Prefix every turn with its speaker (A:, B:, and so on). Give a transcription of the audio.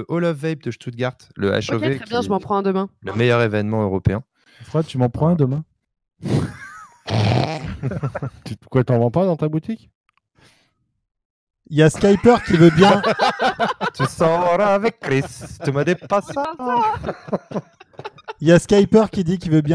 A: le Hall of Vape de Stuttgart, le HOV,
B: Ok, très
A: qui
B: bien, je
A: est
B: m'en prends un demain.
A: le meilleur événement européen.
C: Fred, tu m'en prends un demain
D: Tu- Pourquoi t'en vends pas dans ta boutique
C: Il y a Skyper qui veut bien.
A: tu sors avec Chris, tu m'as dépassé.
C: Il y a Skyper qui dit qu'il veut bien